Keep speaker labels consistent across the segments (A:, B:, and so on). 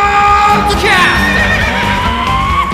A: ッドキャス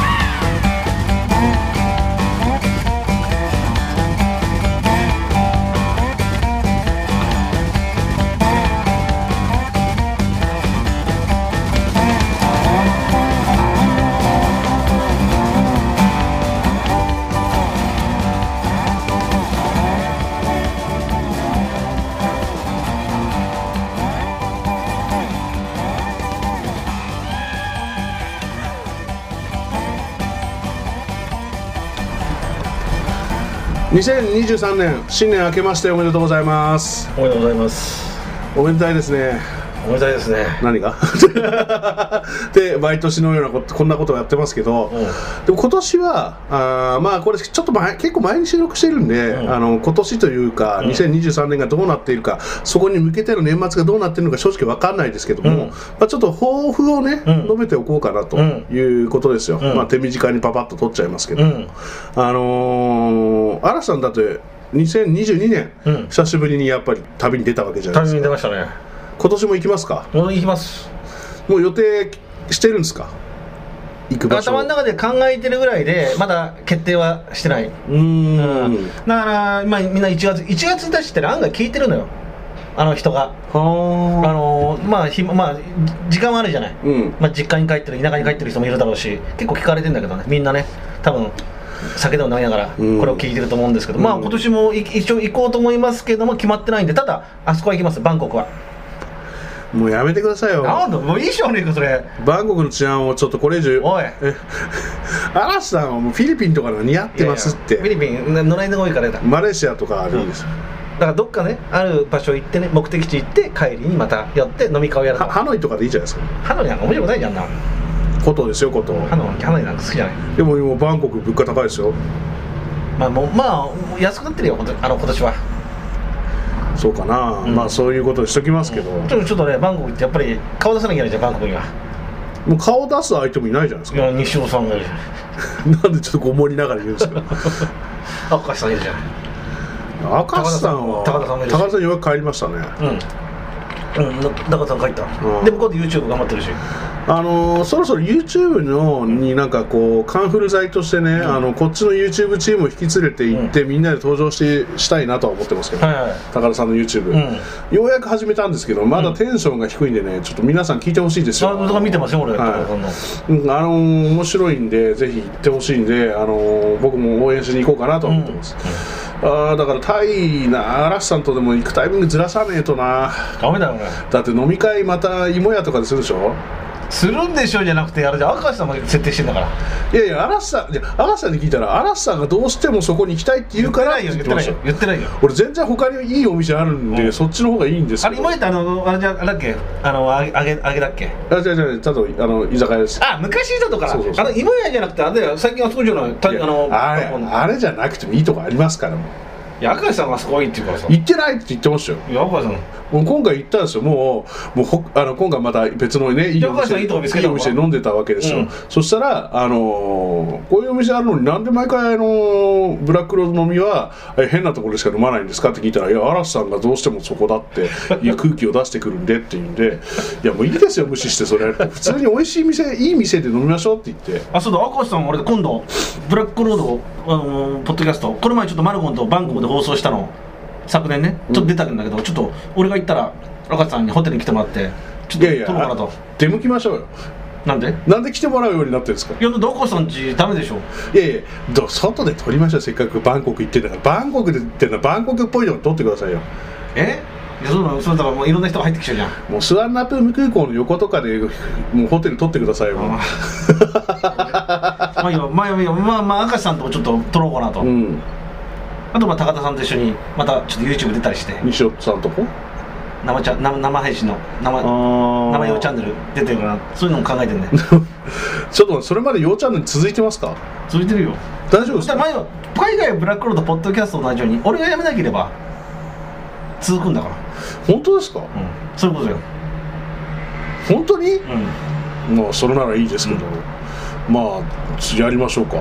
B: 2023年新年明けましておめでとうございます
C: おめでとうございます
B: おめでたいですね
C: おめでたいですね
B: 何がで毎年のようなことこんなことをやってますけど、
C: う
B: でも今年はあーまあこれちょっと前結構前に収録してるんで、
C: うん
B: あの今年というか、2023年がどうなっているかそこに向けての年末がどうなっているのか正直わかんないですけども、
C: うん
B: まあ、ちょっと抱負をね、
C: うん
B: 述べておこうかなと
C: うん
B: いうことですよ、
C: うん
B: まあ、手短にパパッと取っちゃいますけど、
C: うん
B: あのー、嵐さんだって2022年、
C: うん
B: 久しぶりにやっぱり旅に出たわけじゃないで
C: 旅
B: す
C: に
B: か
C: 出ましたね
B: 今年も行きますか
C: もう行きます
B: もう予定してるんですか行く場所
C: 頭の中で考えてるぐらいでまだ決定はしてないう
B: ーん
C: だから、まあ、みんな1月1月1日って案外聞いてるのよあの人があ
B: は
C: のーまあひまあ時間はあるじゃない、
B: あうん
C: まあ、実家に帰ってる田舎に帰ってる人もいるだろうし結構聞かれてんだけどねみんなね多分酒でも飲みながらこ
B: うん
C: れを聞いてると思うんですけど、まあ
B: うん
C: 今年もい一応行こうと思いますけども決まってないんでただあそこは行きますバンコクは
B: もうやめてくださいよ
C: なんだもういいじゃねえかそれ
B: バンコクの治安をちょっとこれ以上
C: おい
B: え嵐さんはもうフィリピンとかが似合ってますって
C: いやいやフィリピンな野良犬が多いからだだか
B: マレーシアとかでいいです、
C: らどっかねある場所行ってね目的地行って帰りにまた寄って飲み会をやると
B: は
C: か
B: ハノイとかでいいじゃないですか
C: ハノイなんか面白くないじゃんな
B: コトーですよコトー
C: ハノイハノイなんか好きじゃない
B: でも今バンコク物価高いですよ
C: まあもうまあ安くなってるよほんとあの今年は
B: そうかな、
C: ん
B: まあそういうことにしときますけど、
C: ちょっとちょっとねバンコクってやっぱり顔出さなきゃいけないじゃんバンコクには
B: もう顔出す相手もいないじゃないです
C: い
B: か
C: や西尾さんがいるじゃん
B: なんでちょっとごもりながら言うんです か
C: 赤石さんいるじゃん
B: 赤瀬さんは
C: 高田さんもいるし
B: 高田さんようやく帰りましたね
C: うんうんな中田さん帰った、
B: うん
C: で向こうで YouTube 頑張ってるし
B: あのーそろそろ YouTube のになんかこうカンフル剤としてね、あのこっちの YouTube チームを引き連れて行って、みんなで登場してしたいなとは思ってますけど、
C: はいはい
B: 高田さんの YouTube、
C: う
B: ようやく始めたんですけどまだテンションが低いんでねちょっと皆さん聞いてほしいです
C: そ
B: よ、
C: れとか見てますよ俺、
B: はい
C: 高田さんの
B: うんあのー面白いんでぜひ行ってほしいんで、あのー僕も応援しに行こうかなとは思ってます、あーだからタイな嵐さんとでも行くタイミングずらさねえとな
C: ダメだよね
B: だって飲み会また芋屋とかでするでしょ
C: するんでしょじゃなくてあれじゃん赤石さんも設定してんだから
B: いやいや嵐さんいや嵐さんに聞いたら嵐さんがどうしてもそこに行きたいって言うからって
C: 言
B: 言
C: っ
B: ってて
C: な
B: ま
C: い
B: した
C: よ
B: よ
C: 言ってないよ
B: 俺全然他にいいお店あるんで、
C: うん
B: そっちの方がいいんです
C: あ
B: けど
C: れ今言ったあのあれじゃあれだっけあのあげあげあげだっけ
B: あ違う違う違うただあの居酒屋です
C: あ昔いたとか
B: そうそうそう
C: あの今やじゃなくてあれだよ最近あそこじゃないた
B: いや
C: あの
B: あれ
C: あの
B: あれじゃなくてもいいとこありますからもう
C: いや赤石さんがすごいって言うからさい
B: 行ってないって言ってましたよ
C: や赤石さん
B: もう今回行ったんですよもうもうほあの今回また別のねいいお
C: お母さ
B: 店
C: んいいとこ見つけ
B: いい
C: た
B: お
C: の
B: 店で飲んでたわけですよ、
C: うん
B: そしたら、あのーこういうお店あるのになんで毎回、あのーブラックロード飲みはえ変なところでしか飲まないんですかって聞いたらいや嵐さんがどうしてもそこだっていう空気を出してくるんでって言うんで いやもういいですよ無視してそれ普通に美味しい店いい店で飲みましょうって言って
C: あそうだ赤石さん俺今度ブラックロードをあのーポッドキャストこの前ちょっとマルゴンとバンコクで放送したの昨年ねちょっと出たんだけど、ちょっと俺が行ったら赤石さんにホテルに来てもらってちょっ
B: い
C: と
B: やい
C: 撮ろうかな
B: や
C: と
B: 出向きましょうよ
C: なんで
B: なんで来てもらうようになってるんですか
C: いやだって赤石さんちダメでしょ
B: いやいやど外で撮りましょうせっかくバンコク行ってんだからバンコクで行ってんだからバンコクっぽいの撮ってくださいよ
C: えいやそうなのそうだからもういろんな人が入ってきちゃうじゃん
B: もうスワンナプーム空港の横とかでもうホテル取ってくださいよ、
C: あーまあいいよまあいいよまあまあ明石さんともちょっと撮ろうかなと、
B: うん、
C: あとまあ高田さんと一緒にまたちょっと YouTube 出たりして
B: 西尾さんとこ
C: 生ちゃ生生配信の生生
B: 生
C: 用チャンネル出てるからそういうのも考えてんね
B: ちょっとそれまで陽チャンネル続いてますか
C: 続いてるよ
B: 大丈夫
C: そ
B: で
C: し
B: す
C: た
B: から
C: 前は海外ブラックロードポッドキャストと同じように俺がやめなければ続くんだから、
B: 本当ですか
C: うん、そういうことよ、
B: 本当に、
C: うん、
B: まあそれならいいですけど、まあやりましょうか、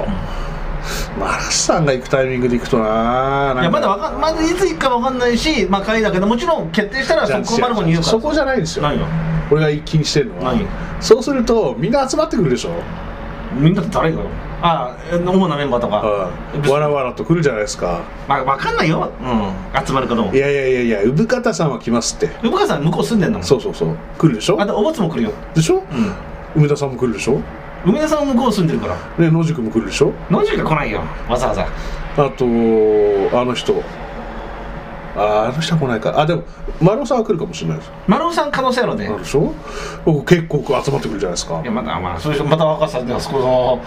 B: まあ嵐さんが行くタイミングで行くとななんか
C: いやまだわかんまだいつ行くかわかんないしまあ海外だけどもちろん決定したら
B: じゃあ
C: そこまるもに言うから
B: そこじゃないんですよ
C: ないよ
B: 俺が気にしてるのは
C: 何
B: そうするとみんな集まってくるでしょ
C: みんなって誰がよああ主なメンバーとか、
B: うんわらわらと来るじゃないですか
C: まあ、分かんないよ、うん、集まるかどうも
B: いやいやいやいや産方さんは来ますって
C: 産川さん向こう住んでんの
B: そうそうそう来るでしょ
C: あとおばつも来るよ、
B: でしょ
C: うん、
B: 梅田さんも来るでしょ
C: 梅田さんも向こう住んでるから
B: ね野宿も来るでしょ
C: 野宿が来ないよわざわざ
B: あとあの人あーあの人は来ないかあでも丸尾さんは来るかもしれないです
C: 丸尾さん可能性あるね、
B: あるでしょお結構集まってくるじゃないですか
C: いやまだまあそれまた若さんであそこの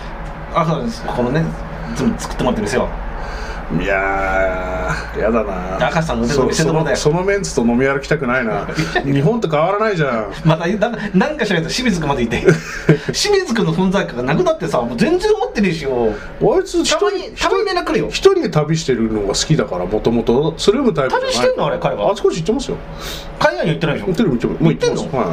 C: 赤さんこのね全部作ってもらってるんですよ
B: いやーやだな
C: 赤さんの腕の
B: そ
C: 見せ所だよ
B: そのそのメンツと飲み歩きたくない な日本と変わらないじゃん
C: またなんなんかしないと清水君まで いて清水君の存在感がなくなってさもう全然思ってねえしよ
B: あいつ一
C: た
B: 人
C: まにたまに連絡来るよ
B: 一人で旅してるのが好きだからもともとスルームタイプじゃない
C: 旅してんのあれ彼は
B: あちこち行ってますよ
C: 海外に行ってないで
B: 行っ
C: しょ
B: てる行ってるもう行ってます
C: 行っ
B: はい、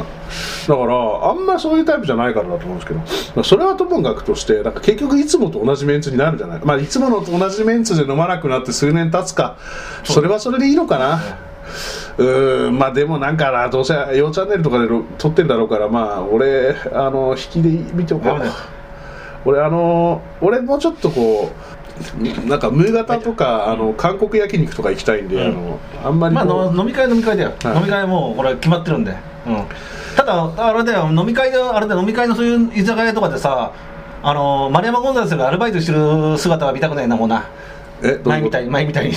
B: だからあんまそういうタイプじゃないからだと思うんですけどだからそれはともかくとしてなんか結局いつもと同じメンツになるじゃないまあいつものと同じメンツで飲まなくなって数年経つかそれはそれでいいのかなうーんまあでもなんかなどうせ「ようチャンネル」とかで撮ってんだろうからまあ俺あの引きで見ておこ
C: ダメだ
B: う
C: よ
B: 俺あの俺もうちょっとこうなんかムーガタとかあの韓国焼肉とか行きたいんで、
C: うん
B: あのあんまり
C: まあ
B: こう
C: の飲み会飲み会だよ、
B: はい
C: 飲み会もうこれ決まってるんで、うん、ただあれだよ飲み会であれだよ飲み会のそういう居酒屋とかでさあの丸山ゴンザレスがアルバイトしてる姿は見たくないなもうな
B: えどう
C: 前
B: いうこと
C: みたいに前みたいに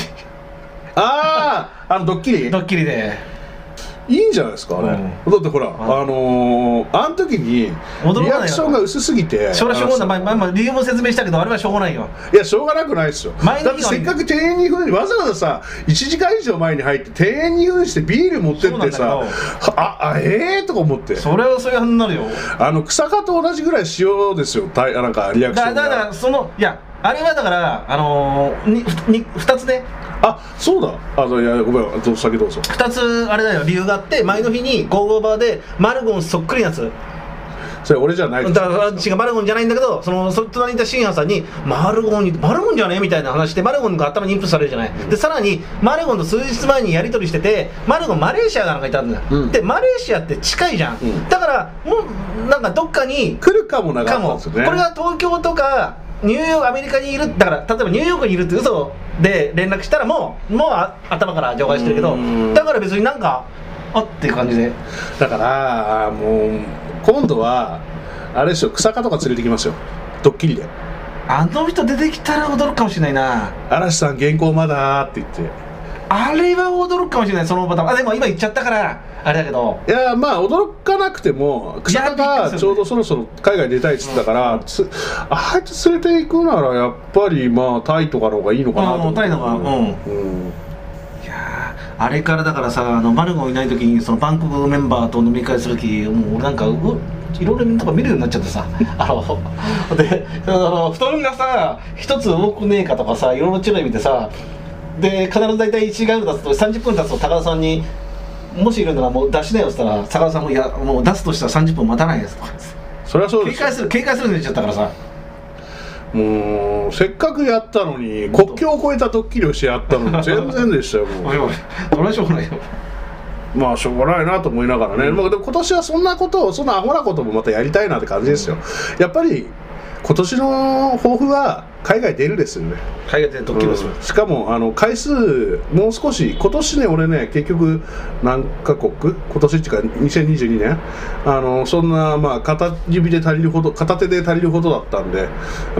B: あああのドッキリ
C: ドッキリで
B: いいんじゃないですかあれ、
C: う
B: だってほら、あのー、あの時に
C: 驚かないよ
B: リアクションが薄すぎて
C: それはしょうがない、まあまあ、理由も説明したけどあれはしょうがないよ
B: いやしょうがなくないですよだ
C: 前に
B: ってせっかく庭園に行くのにわざわざさ1時間以上前に入って庭園に行くのにしてビール持ってって
C: そう
B: さ
C: なんだ
B: ああええー、とか思って
C: それはそういう話になるよ
B: あの草加と同じぐらい塩ですよたいあなんかリアクショ
C: だ
B: ン
C: だ
B: が
C: からそのいやあれはだからあのー、にふに2つね
B: あそうだあのいやごめんあと先どうぞ
C: 2つあれだよ理由があって前の日にゴーゴーバーでマルゴンそっくりなやつ
B: それ俺じゃないです
C: だから違うマルゴンじゃないんだけどそのそ隣にいた深夜さんに「マルゴンにマルゴンじゃねえ?」みたいな話でマルゴンが頭にインプされるじゃないでさらにマルゴンと数日前にやり取りしててマルゴンマレーシアがなんかいたんだよ、
B: うん
C: でマレーシアって近いじゃん、
B: うん
C: だからもうなんかどっかに
B: 来るかもなか
C: か
B: ったん
C: も、
B: です
C: こ
B: よ
C: れ
B: ね
C: が東京とかニューヨークアメリカにいるだから例えばニューヨークにいるって嘘で連絡したらもうもうあ頭から除外してるけ
B: う
C: ど
B: ん
C: だから別になんかあっていう感じで
B: だからもう今度はあれですよ草加とか連れてきますよドッキリで
C: あの人出てきたら驚くかもしれないな
B: 「嵐さん原稿まだ」って言って
C: あれは驚くかもしれないそのパターンあでも今言っちゃったからあれだけど
B: いやまあ驚かなくても草加がちょうどそろそろ海外出たいっつったから、つああいつ連れて行くならやっぱりまあタイとかの方がいいのかなと思っ
C: ああ
B: て
C: タイの方がうん
B: うん
C: いやーあれからだからさあのマルゴンいない時にそのバンコクメンバーと飲み会する時もう俺なんかういろいろとか見るようになっちゃってさ あのであの布団がさ一つ動くねえかとかさいろいろ注意見てさで必ず大体1時間ぐらい経つと30分経つと高田さんに「もしいるならもう出しなよ」って言ったら高田さんも「いやもう出すとしたら30分待たないです」とか
B: それはそうで
C: 警
B: すよ
C: 戒する警戒するって言っちゃったからさ
B: もうせっかくやったのに国境を越えたドッキリをしてやった のに全然でしたよもう
C: おいおい俺はしょうがないよ
B: まあしょうがないなと思いながらね、まあ、でも今年はそんなことをそんなアホなこともまたやりたいなって感じですよ、やっぱり今年の抱負は海外出るですよね、
C: 海外でドッキリをす
B: う
C: る、
B: んしかもあの回数もう少し今年ね俺ね結局何カ国今年っていうか2022年あのそんなまあ片指で足りるほど片手で足りるほどだったんでやっ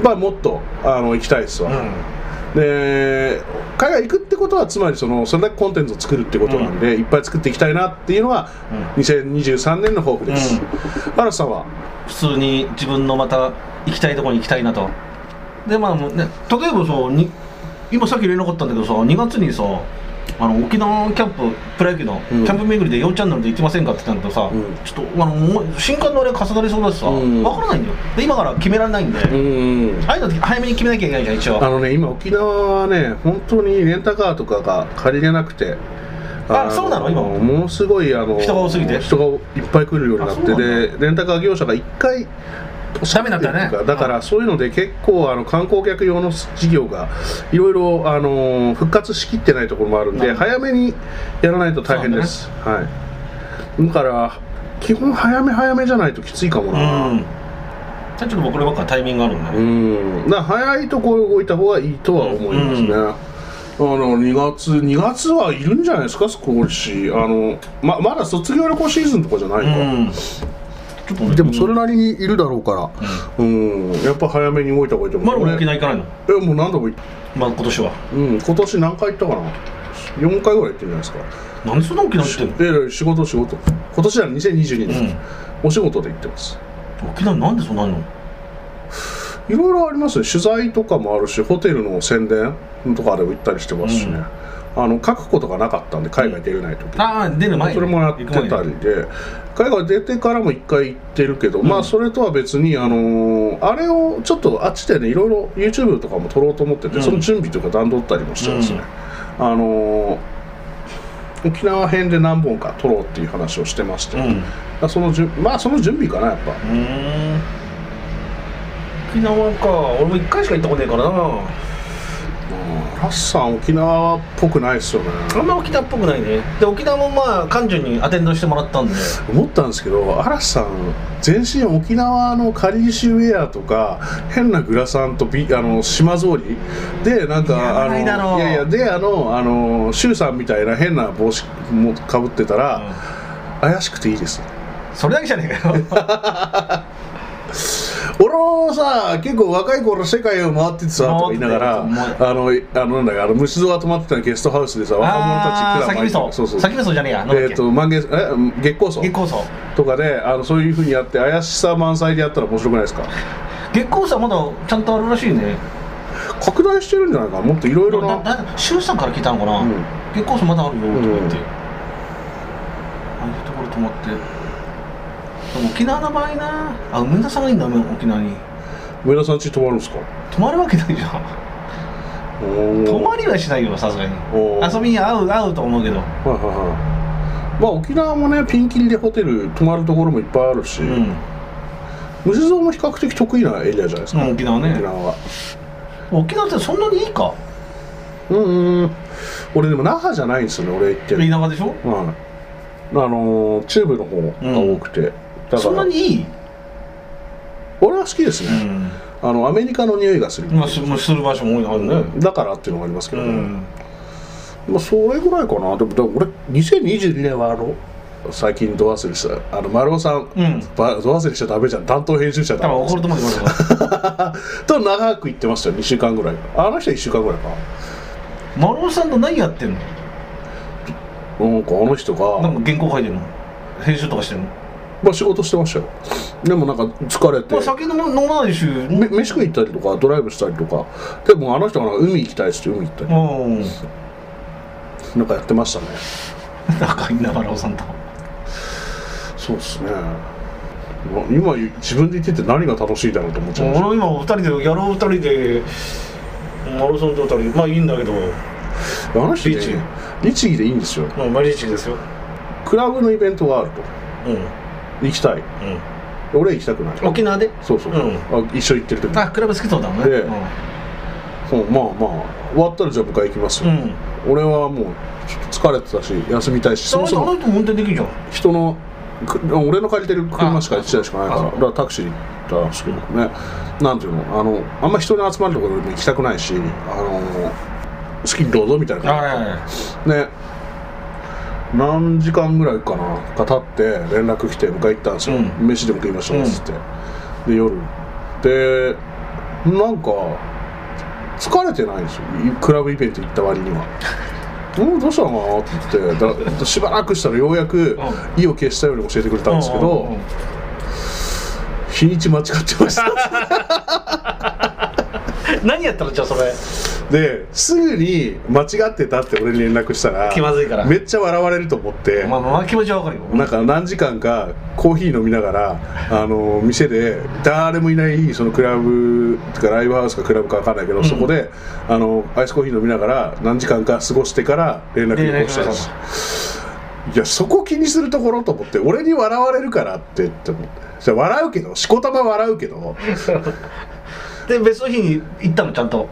B: ぱりもっとあの行きたいですわ、
C: うん
B: で海外行くってことはつまりそのそれだけコンテンツを作るってことなんで、いっぱい作っていきたいなっていうのが2023年の抱負です、嵐さんは
C: 普通に自分のまた行きたいとこに行きたいなとでまあもうね例えばそうに今さっき連絡あったんだけどさ2月にさあの沖縄キャンププロ野球のキ
B: うん
C: ャンプ巡りで4チャンネルで行きませんかって言ったんだけどさ、
B: うん
C: ちょっとあのもう新刊のあれ重なりそうだしさ、わ
B: うん
C: 分からないんだよで今から決められないんで、
B: ん
C: ああいうのって早めに決めなきゃいけないじゃん一応
B: あのね今沖縄はね本当にレンタカーとかが借りれなくて
C: あそうなの今も
B: ものすごいあの
C: 人が多すぎて
B: 人がいっぱい来るようになっ
C: あそうな
B: てでレンタカー業者が1回
C: ダメだったよね
B: だからそういうので結構あの観光客用の事業がいろいろあの復活しきってないところもあるん
C: な
B: で
C: るほど
B: 早めにやらないと大変です、はいだから基本早め早めじゃないときついかもな
C: うんじゃあちょっと僕らばっかタイミングあるんだ
B: う
C: ね、
B: んだから早いとこ動いた方がいいとは思いますね、
C: う
B: あの2月2月はいるんじゃないですか少しあのままだ卒業旅行シーズンとかじゃないか、
C: うんちょっとね
B: でもそれなりにいるだろうから、うん、やっぱ早めに動いた方がいいと思
C: まだ
B: う。
C: 沖
B: 俺
C: 縄行かないの
B: え、もう何度も行っ
C: まあ今年は
B: うん、今年何回行ったかな4回ぐらい行ってるんじゃないです
C: なんでそんな沖縄行ってんの
B: か。え、仕事仕事。今年は2022年、
C: うん
B: お仕事で行ってます。
C: 沖縄なんでそんなの
B: いろいろありますね。取材とかもあるし、ホテルの宣伝とかでも行ったりしてますしね。あの、書くことがなかったんで、海外出れない時、
C: ああ出る前
B: それもやって
C: 行く
B: た
C: 前
B: りで海外出てからも一回行ってるけど、まあそれとは別に、あのーあれをちょっとあっちでねいろいろ YouTube とかも撮ろうと思ってて、
C: うん
B: その準備とか段取ったりもしてますね、あのー沖縄編で何本か撮ろうっていう話をしてまして、
C: うんう
B: そのじゅまあその準備かなやっぱ
C: ーん沖縄か俺も一回しか行ったことないからな
B: うんラッサン沖縄っぽくないですよね
C: あんま沖縄っぽくないねで沖縄もまあ館長にアテンドしてもらったんで
B: 思ったんですけど嵐さん全身沖縄のかりゆしウェアとか変なグラサンとビあの島ぞうりでなん
C: いや
B: かあの
C: ないだろう
B: やいやであのあの周さんみたいな変な帽子もかぶってたら、怪しくていいです
C: それだけじゃねえかよ
B: 俺もさ結構若い頃世界を回っててさとか言いながら
C: 回ってた
B: あのあのなんだかあの虫蔵が泊まってたゲストハウスでさ若者
C: あ
B: た
C: あ
B: ち
C: ー先味
B: そ
C: 噌
B: うそう
C: 先味噌じゃねえやなんだ
B: え
C: っ
B: っ
C: け
B: と満月え月光荘
C: 月光荘
B: とかであのそういうふうにやって怪しさ満載でやったら面白くないですか
C: 月光荘はまだちゃんとあるらしいね
B: 拡大してるんじゃないかなもっといろいろ
C: だ
B: な
C: だ周さんから聞いたのかな、
B: うん
C: 月光荘まだあるよとか言って、
B: うん
C: ああいうところ泊まってでも沖縄の場合なあ梅田さんがいいんだ沖縄に
B: 上田さん家泊まるんですか
C: 泊まるわけないじゃん泊
B: 泊
C: ま
B: る
C: りはしないよさすがに
B: おー
C: 遊びに合う合うと思うけど
B: はいはいはいまあ沖縄もねピンキリでホテル泊まるところもいっぱいあるし、
C: うん、
B: 虫蔵も比較的得意なエリアじゃないです
C: う
B: か、
C: ん、沖縄ね
B: 沖縄は
C: 沖縄ってそんなにいいか
B: うんうん俺でも那覇じゃないんですよね俺行って
C: 田
B: る
C: 舎でしょ
B: はいあのー、中部の方が多くて、だか
C: そんな
B: ら
C: にいい、
B: 俺は好きです
C: う
B: ね、
C: ん
B: あのアメリカの匂いがする、
C: まあ、すもうする場所も多いあるね
B: だからっていうのがありますけ
C: う
B: ど、
C: ん
B: まあ、それぐらいかなでもでも俺2022年はあの最近ド忘れしたあの丸尾さん、
C: うん
B: ばド忘れしちゃダメじゃん担当編集者
C: 多
B: だ
C: 分怒ると思うよ俺は
B: と長く言ってましたよ2週間ぐらいあの人は1週間ぐらいか
C: 丸尾さんと何やってん
B: な
C: の
B: なんかあの人が、
C: なんか原稿書いてるの編集とかしてるの
B: まあ、仕事してましたよでもなんか疲れて
C: まあ、酒飲ま飲まないしうん
B: め飯食い行ったりとかドライブしたりとかでもあの人がなんか海行きたいっつって海行ったりなんかやってましたね
C: 仲いいな丸尾さんと
B: そうですねまあ今自分で言ってて何が楽しいだろうと思っちゃいま
C: 俺
B: した
C: も今お二人でやろう二人で丸尾さんと二人でまあいいんだけど
B: あの人ね
C: ビー
B: 律儀でいいんですよ
C: まあ毎日ですよ
B: クラブのイベントがあると
C: うん
B: 行きたい俺行きたくない
C: 沖縄で
B: そうそう、
C: うん
B: あ一緒行ってる時
C: あクラブ好きそうだもんね
B: でそうまあまあ終わったらじゃあ迎え行きます
C: うん、
B: よ、
C: うん、
B: 俺はもうちょっと疲れてたし休みたいしそ
C: その
B: もそ
C: 人あ
B: も
C: の人も運転できるじゃん
B: 人のく俺の借りてる車しか
C: あ
B: 1台しかないから
C: あ
B: だからタクシーで行ったんですけどねなんていうのあのあんま人に集まるところにも行きたくないしあの好きにどうぞみたいな感じ
C: はいはい
B: ね何時間ぐらいかなが経って連絡来て迎え行ったんですよ、
C: う
B: 飯でも食いましょうっつって、で夜でなんか疲れてないんですよクラブイベント行った割には もうどうしたのかなって言ってだからしばらくしたらようやく
C: う
B: 意を決したように教えてくれたんですけど、
C: うんうんうん
B: 日にち間違ってました
C: 何やったらじゃあそれ
B: ですぐに間違ってたって俺に連絡したら
C: 気まずいから
B: めっちゃ笑われると思って、
C: まあまあ気持ちはわかるよ
B: なんか何時間かコーヒー飲みながら、あの店で誰もいないそのクラブてかライブハウスかクラブか分かんないけど、そこであのアイスコーヒー飲みながら何時間か過ごしてから連絡をしたんですいやそこ気にするところと思って俺に笑われるからってって思ってじゃあ笑うけどしこたま笑うけど
C: で別の日に行ったのちゃんと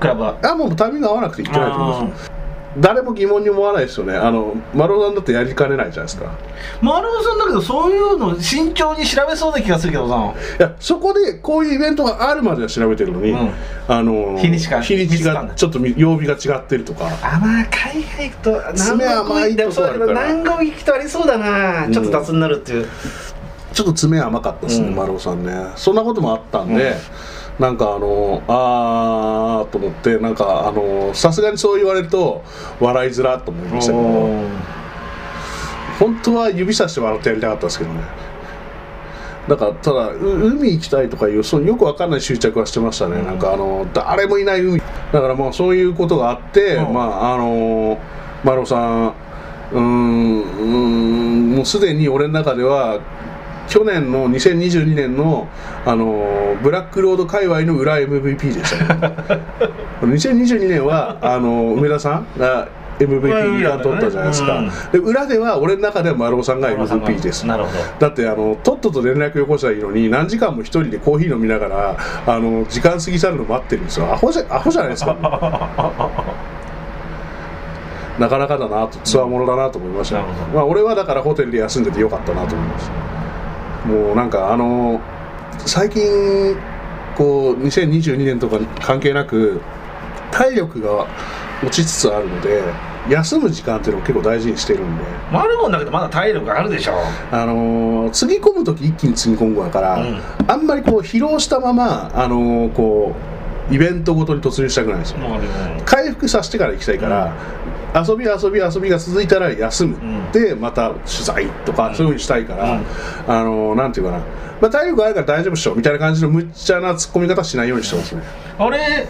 C: クラブは
B: あもうタイミング合わなくて行ってないと思うんですよ誰も疑問に思わないですよねあの丸尾さんだってやりかねないじゃないですか
C: 丸尾さんだけどそういうの慎重に調べそうな気がするけどさ
B: いやそこでこういうイベントがあるまでは調べてるのに、
C: うん
B: あの
C: 日にちが
B: 日にち
C: 見つかんな
B: が
C: い
B: ちょっとみ曜日が違ってるとか
C: あまあ海外行くと
B: 爪甘いとこ
C: そうだけど
B: あるから
C: 南国行くとありそうだな、
B: うん
C: ちょっと雑になるっていう
B: ちょっと爪甘かったですね、
C: うん
B: 丸尾さんねそんなこともあったんで、なんかあのあーと思ってなんかあのさすがにそう言われると笑いづらっと思いましたけど本当は指さして笑ってやりたかったですけどねなんかただう海行きたいとかいうそうよくわかんない執着はしてましたね、
C: うん
B: なんかあの誰もいない海だからまあそういうことがあって、
C: うん
B: まああの丸尾さんうーんうーんもうすでに俺の中では去年の2022年の、あのブラックロード界隈の裏 MVP でした、 ね、これ2022年はあの梅田さんが MVP が取ったじゃないですか、
C: うん
B: で裏では俺の中では丸尾さんが MVP です
C: なるほど
B: だってあのとっとと連絡よこしたらいいのに何時間も一人でコーヒー飲みながらあの時間過ぎ去るの待ってるんですよアホじゃアホじゃないですか なかなかだなとつわものだなと思いました、
C: なるほど
B: まあ、俺はだからホテルで休んでてよかったなと思いましたもうなんかあの最近こう2022年とかに関係なく体力が落ちつつあるので休む時間っていうのを結構大事にしてるんで
C: 丸尾だけどまだ体力があるでしょ
B: あのー、つぎ込む時一気につぎ込むから、
C: うん
B: あんまりこう疲労したまま、あのーこうイベントごとに突入したくないんですよ、
C: もう
B: 回復させてから行きたいから、遊び遊び遊びが続いたら休む、
C: うん
B: でまた取材とか、そういうふうにしたいから、
C: うん
B: あのーなんていうかな、まあ、体力あるから大丈夫っしょみたいな感じの無茶な突っ込み方しないようにしてますね、
C: あれ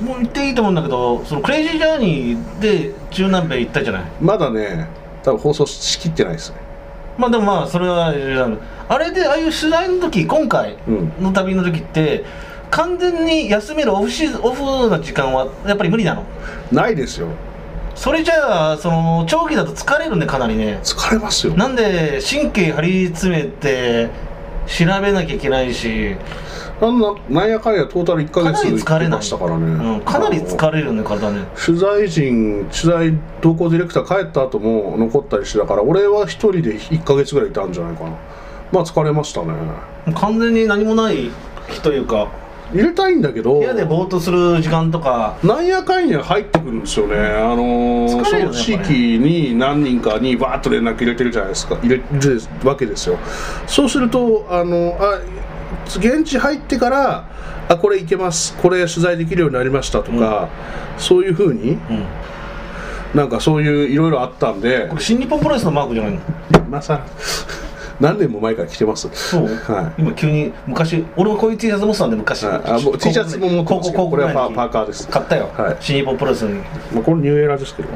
C: もう言っていいと思うんだけどそのクレイジージャーニーで中南米行ったじゃない
B: まだね多分放送しきってないですね
C: まあでもまあそれはあのあれでああいう取材の時今回
B: うん
C: の旅の時って完全に休めるオフシーズンオフの時間はやっぱり無理なの
B: ないですよ
C: それじゃあその長期だと疲れるねかなりね
B: 疲れますよ
C: なんで神経張り詰めて調べなきゃいけないし
B: なんななんやかんやトータル1か
C: かな
B: 月
C: り疲れ
B: 行き
C: ない
B: ましたからね、
C: うん、かなり疲れるね体ね
B: 取材陣取材同行ディレクター帰った後も残ったりしてたから俺は一人で1か月ぐらいいたんじゃないかなまあ疲れましたね
C: 完全に何もない日というか
B: 入れたいんだけど
C: 部屋でぼーっとする時間とか
B: なんやかんや入ってくるんですよね、あのー
C: 疲れる
B: そ
C: よ
B: の
C: ね
B: 地域に何人かにバーッと連絡入れてるじゃないですか入れるわけですよそうするとあのあ現地入ってからあこれ行けますこれ取材できるようになりましたとか、そういうふうに
C: うん
B: なんかそういういろいろあったんで
C: これ新日本プロレスのマークじゃないの
B: 今さ何年も前から着てます
C: そう、
B: はい
C: 今急に昔俺もこういう T シャツ持ってたんで昔
B: はいあもう T シャツも持ってますけどこれはパーパーカーです
C: 買ったよ、
B: はい
C: 新日本プロレスに、
B: まあ、これニューエラーですけど、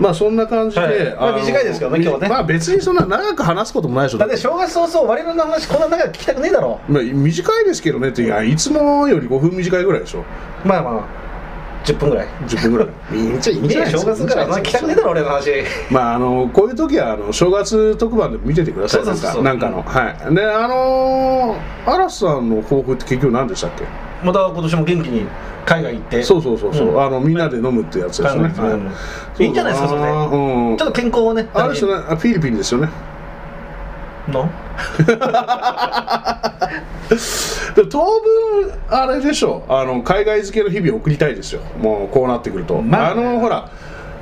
B: まあそんな感じで、
C: はいまあ
B: の
C: 短いですけどね今日はね
B: まあ別にそんな長く話すこともないでしょ
C: だって正月早々我々の話こんな長く聞きたくねえだろ
B: まあ、短いですけどねっていやいつもより5分短いぐらいでしょ
C: まあまあ10分ぐらい
B: 10分ぐら いいいんじゃいいんじゃないで
C: 正
B: すか
C: 月からまあ聞きたくねえだろ俺の話
B: まああのこういう時はあの正月特番でも見ててください
C: そうそうそうそう
B: なんかなんかの、はいであのー、嵐さんの抱負って結局何でしたっけ
C: また今年も元気に海外行って
B: そうそうそうそう、
C: うん
B: あのみんなで飲むってやつです
C: 海
B: ね、
C: 外行っ
B: は
C: て
B: い
C: いいんじゃないですかそれで、
B: そうだなうん
C: ちょっと健康をね
B: あれですよね、あフィリピンですよね。
C: の
B: でも当分あれでしょう、あの海外付けの日々を送りたいですよ。もうこうなってくると、
C: まあ
B: あのほら。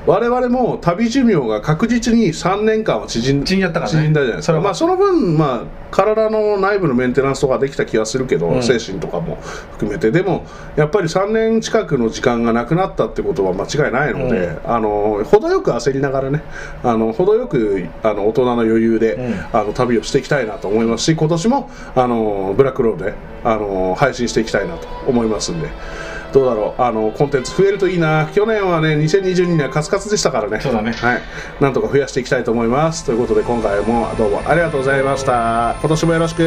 B: 我々も旅寿命が確実に3年間は縮ん
C: 縮んじゃったからね
B: 縮んだじゃないです
C: それ
B: か
C: は
B: まあ、その分、まあ、体の内部のメンテナンスとかできた気がするけど、
C: うん
B: 精神とかも含めてでもやっぱり3年近くの時間がなくなったってことは間違いないので、あの程よく焦りながらねあの程よくあの大人の余裕で、
C: うん
B: あの旅をしていきたいなと思いますし今年もあのブラックロードであの配信していきたいなと思いますんでどうだろうあのコンテンツ増えるといいな去年はね2022年はカツカツでしたからね
C: そうだね
B: はい、なんとか増やしていきたいと思いますということで今回もどうもありがとうございました今年もよろしく